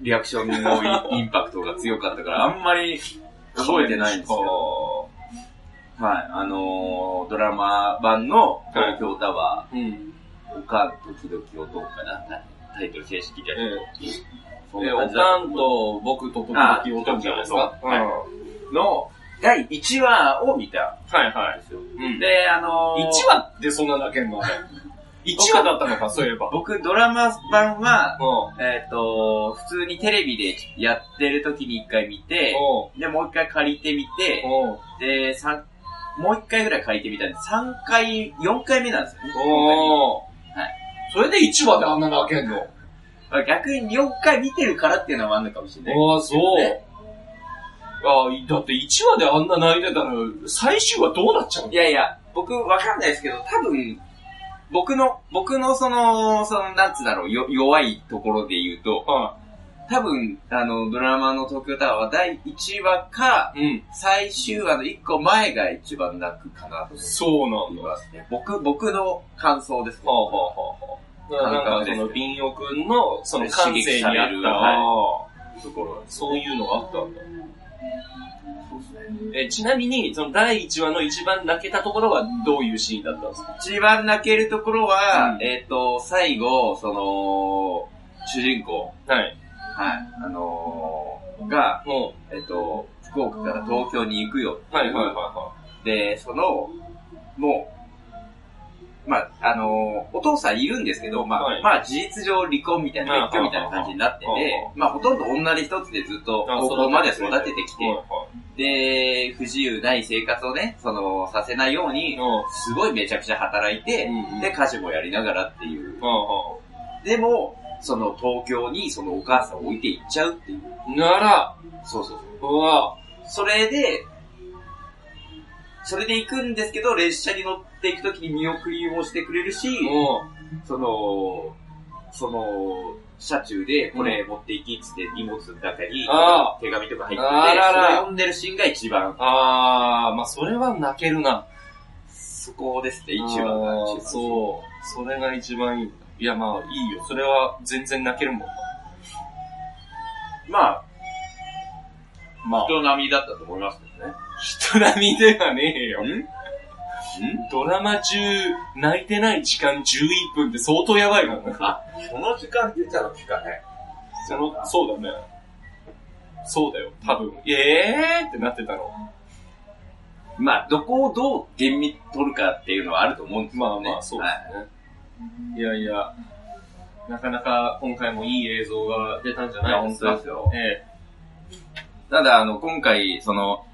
Speaker 1: リアクションのイインパクトが強かったから、あんまり覚えてないんですけど。
Speaker 2: よ。
Speaker 1: はい。あのー、ドラマ版の東京タワ
Speaker 2: うん。
Speaker 1: ー、おかん時々おとんかな、タイトル正式で
Speaker 2: え。え
Speaker 1: そん
Speaker 2: で、
Speaker 1: な
Speaker 2: お
Speaker 1: 感じだ
Speaker 2: かんと僕と時々
Speaker 1: あ
Speaker 2: おとんじゃないですか。
Speaker 1: そうはい
Speaker 2: うん
Speaker 1: の第1話を見た
Speaker 2: はいは
Speaker 1: んですよ。
Speaker 2: い。うん。で、
Speaker 1: で、あのー、
Speaker 2: 1話ってそんなだけんの あれ ?1 話だったのか、そういえば。
Speaker 1: 僕ドラマ版は、
Speaker 2: う
Speaker 1: えっ、と、普通にテレビでやってる時に一回見て
Speaker 2: ん。、おう
Speaker 1: で、もう一回借りてみて、
Speaker 2: おう
Speaker 1: で、三もう一回ぐらい借りてみたんで、3回、4回目なんですよね。
Speaker 2: お
Speaker 1: はい
Speaker 2: それで1話であんな泣けんの
Speaker 1: 逆に4回見てるからっていうのもあるのかもしれない。
Speaker 2: ああ、そう。
Speaker 1: ね
Speaker 2: ああ、だって1話であんな泣いてたら、最終話どうなっちゃうの
Speaker 1: いやいや、僕わかんないですけど、多分、僕の、僕のその、その、なんつうだろう、よ弱いところで言うと、
Speaker 2: は
Speaker 1: 多分、あの、ドラマの東京タワーは第1話か、
Speaker 2: い。うん。
Speaker 1: 最終話の1個前が一番泣くかなと
Speaker 2: そうなん
Speaker 1: 思
Speaker 2: だ。
Speaker 1: い
Speaker 2: は
Speaker 1: ますね。僕、僕の感想ですね。
Speaker 2: あはあはあはあ。なんかその、ビンヨくんの、その感性に合
Speaker 1: 刺
Speaker 2: っ
Speaker 1: 激される
Speaker 2: た、
Speaker 1: はい
Speaker 2: ああ
Speaker 1: ところ
Speaker 2: そういうのがあったんだ。
Speaker 1: そうですね。
Speaker 2: えちなみに、その第1話の一番泣けたところはどういうシーンだったんですか
Speaker 1: 一番泣けるところは、
Speaker 2: うん
Speaker 1: えっ、と、最後、その、主人公、
Speaker 2: はい。
Speaker 1: はい、あのーが、
Speaker 2: も
Speaker 1: えっ、と、福岡から東京に行くよ。
Speaker 2: う、はいはいはいは
Speaker 1: で、その、もう、まあ、あのーお父さんいるんですけど、まあ、
Speaker 2: はい
Speaker 1: まあ、事実上離婚みたいな、別居みたいな感じになってて
Speaker 2: はいはいはい、
Speaker 1: まあ、ほとんど女手一つでずっと
Speaker 2: あ
Speaker 1: 高校まで育ててき
Speaker 2: い。
Speaker 1: て、で、不自由ない生活をね、その、させないように、
Speaker 2: は
Speaker 1: すごいめちゃくちゃ働い
Speaker 2: い。
Speaker 1: て、
Speaker 2: うん
Speaker 1: で、家事もやりながらっていう。
Speaker 2: はあは
Speaker 1: でも、その東京にそのお母さんを置いていっちゃうっていう。
Speaker 2: あなら、
Speaker 1: そうそうそう
Speaker 2: わ
Speaker 1: それで、それで行くんですけど、列車に乗っていくときに見送りもしてくれるし、
Speaker 2: も
Speaker 1: その、その、車中でこれ持って行きっつって荷物の中に
Speaker 2: う、あ
Speaker 1: 手紙とか入ってて、
Speaker 2: あらら
Speaker 1: それ読んでるシーンが一番、
Speaker 2: あ、ああ、まあそれは泣けるな。
Speaker 1: そこですね、一番が
Speaker 2: あ
Speaker 1: 一
Speaker 2: ー
Speaker 1: 番。
Speaker 2: そう。それが一番いいんだ。いや、まあ、いいよ。それは全然泣けるもん。
Speaker 1: まあ、
Speaker 2: まあ、
Speaker 1: 人並みだったと思いますけどね。
Speaker 2: 人並みではねえよ。
Speaker 1: んん
Speaker 2: ドラマ中、泣いてない時間11分って相当やばいもん。
Speaker 1: この時間出たら聞かない。
Speaker 2: その、そうだね。そうだよ、多分。ええーってなってたの。
Speaker 1: まあ、どこをどう厳密に取るかっていうのはあると思うんです
Speaker 2: まあ
Speaker 1: よね。
Speaker 2: まあ、そう
Speaker 1: はい
Speaker 2: ですね。い、やいや、なかなか今回もいい映像が出たんじゃ
Speaker 1: い
Speaker 2: な
Speaker 1: や、
Speaker 2: いで
Speaker 1: 本
Speaker 2: す
Speaker 1: 当
Speaker 2: か
Speaker 1: で。すよ。
Speaker 2: え
Speaker 1: ただ、あの、今回、その、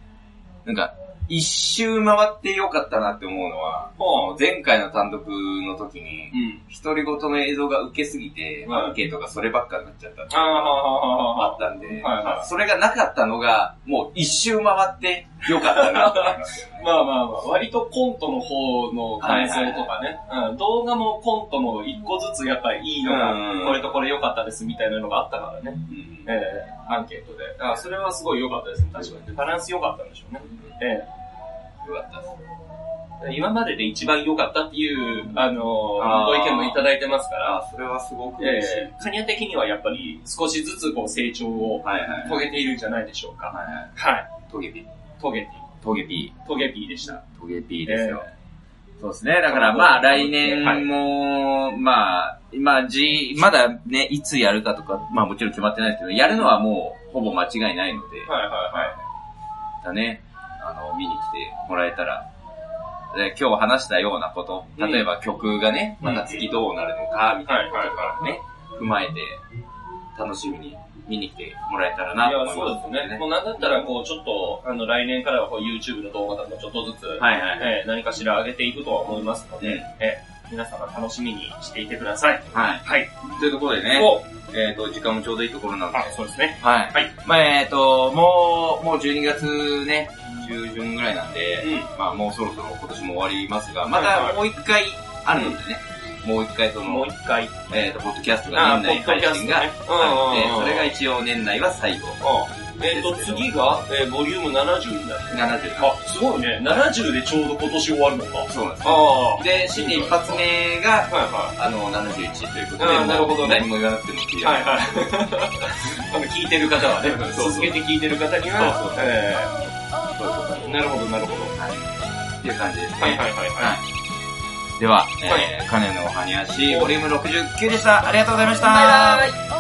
Speaker 1: なんか、一周回ってよかったなって思うのは、
Speaker 2: は
Speaker 1: 前回の単独の時
Speaker 2: え
Speaker 1: に、
Speaker 2: うん。
Speaker 1: 独り言の映像が受けすぎて、
Speaker 2: はい
Speaker 1: アンケートがそればっかになっちゃったっていう
Speaker 2: ああ、
Speaker 1: のが
Speaker 2: は
Speaker 1: あったんで、
Speaker 2: はいはい
Speaker 1: それがなかったのが、もう一周回ってよかったなって 思います。
Speaker 2: まあまあまあ、割とコントの方の感想とかね、うん、動画もコントの一個ずつやっぱいいのが、
Speaker 1: うん
Speaker 2: これとこれ良かったですみたいなのがあったからね、ええアンケートで。あそれはすごい良かったですね、確かに。バランス良かったんでしょうね。え
Speaker 1: よかったです。
Speaker 2: え今までで一番良かったっていう、あのー
Speaker 1: あー
Speaker 2: ご意見もいただいてますから、
Speaker 1: あ、それはすごく
Speaker 2: え
Speaker 1: 嬉しい。
Speaker 2: えカニア的にはやっぱり少しずつこう成長を
Speaker 1: はいはい。
Speaker 2: 遂げているんじゃないでしょうか。
Speaker 1: はいはい。
Speaker 2: はい。
Speaker 1: トゲピ、
Speaker 2: トゲピ
Speaker 1: トゲピ。
Speaker 2: ー。トゲピーでした。
Speaker 1: トゲピー
Speaker 2: で
Speaker 1: ですす
Speaker 2: よ
Speaker 1: よ。そうですね。だからまあ
Speaker 2: この後
Speaker 1: 来年も、まあ、今、じ、まだね、いつやるかとか、まあもちろん決まってないですけど、やるのはもうほぼ間違いないので、
Speaker 2: はいはいはい。
Speaker 1: だね、あの、見に来てもらえたら、で今日話したようなこと、
Speaker 2: うん
Speaker 1: 例えば曲がね、
Speaker 2: うん
Speaker 1: また次どうなるのか、みたい
Speaker 2: はいはいはい。
Speaker 1: なね、踏まえて、楽しみに見に来てもらえたら
Speaker 2: い
Speaker 1: なと
Speaker 2: や、
Speaker 1: 思い
Speaker 2: そう
Speaker 1: ま
Speaker 2: ですす
Speaker 1: ので
Speaker 2: ね。もうなんだったら、こう、ちょっと、あの、来年からは、こう、YouTube の動画とかもちょっとずつ、
Speaker 1: はいはい。
Speaker 2: えー何かしら上げていくとは思いますので、
Speaker 1: うん
Speaker 2: えー皆様楽しみにしていてください。
Speaker 1: はい。
Speaker 2: はい。
Speaker 1: というところでね、
Speaker 2: お
Speaker 1: えっ、と、時間もちょうどいいところなので
Speaker 2: あ、、そうですね。
Speaker 1: はい。
Speaker 2: はい
Speaker 1: まあ、えっ、と、もう、もう12月ね、中旬ぐらいなんで、
Speaker 2: うん。
Speaker 1: まあ、もうそろそろ今年も終わりますが、ま
Speaker 2: はいはい
Speaker 1: だもう一回あるのでね、もう一回そ
Speaker 2: も
Speaker 1: の
Speaker 2: う、一回。
Speaker 1: えっ、と、ポッドキャスト
Speaker 2: あ
Speaker 1: が
Speaker 2: ー
Speaker 1: 年内配信が
Speaker 2: ポッドキャストね
Speaker 1: あるの
Speaker 2: うんうんうんう
Speaker 1: で、
Speaker 2: ん
Speaker 1: それが一応年内は最後
Speaker 2: おえっと、次が、えーボリューム70になる。
Speaker 1: 70。
Speaker 2: あ、すごいね。70でちょうど今年終わるのか。
Speaker 1: そうなんですよ。
Speaker 2: ああ。
Speaker 1: で、新年一発目が、
Speaker 2: はいは
Speaker 1: あの、71ということで、
Speaker 2: あーなるほどね
Speaker 1: 何も言わなくてもいい
Speaker 2: い。
Speaker 1: や
Speaker 2: はいはい。 あの、聞いてる方はね、
Speaker 1: そうそう
Speaker 2: 続けて聞いてる方には、
Speaker 1: そうそう
Speaker 2: え
Speaker 1: そういうこと
Speaker 2: ーなるほどなるほど。
Speaker 1: っていう感じですね。
Speaker 2: はいはいはいは
Speaker 1: では、えー、カネのおはにゃし、ボリューム69でした。ありがとうございました。
Speaker 2: い。バイバイ。
Speaker 3: イ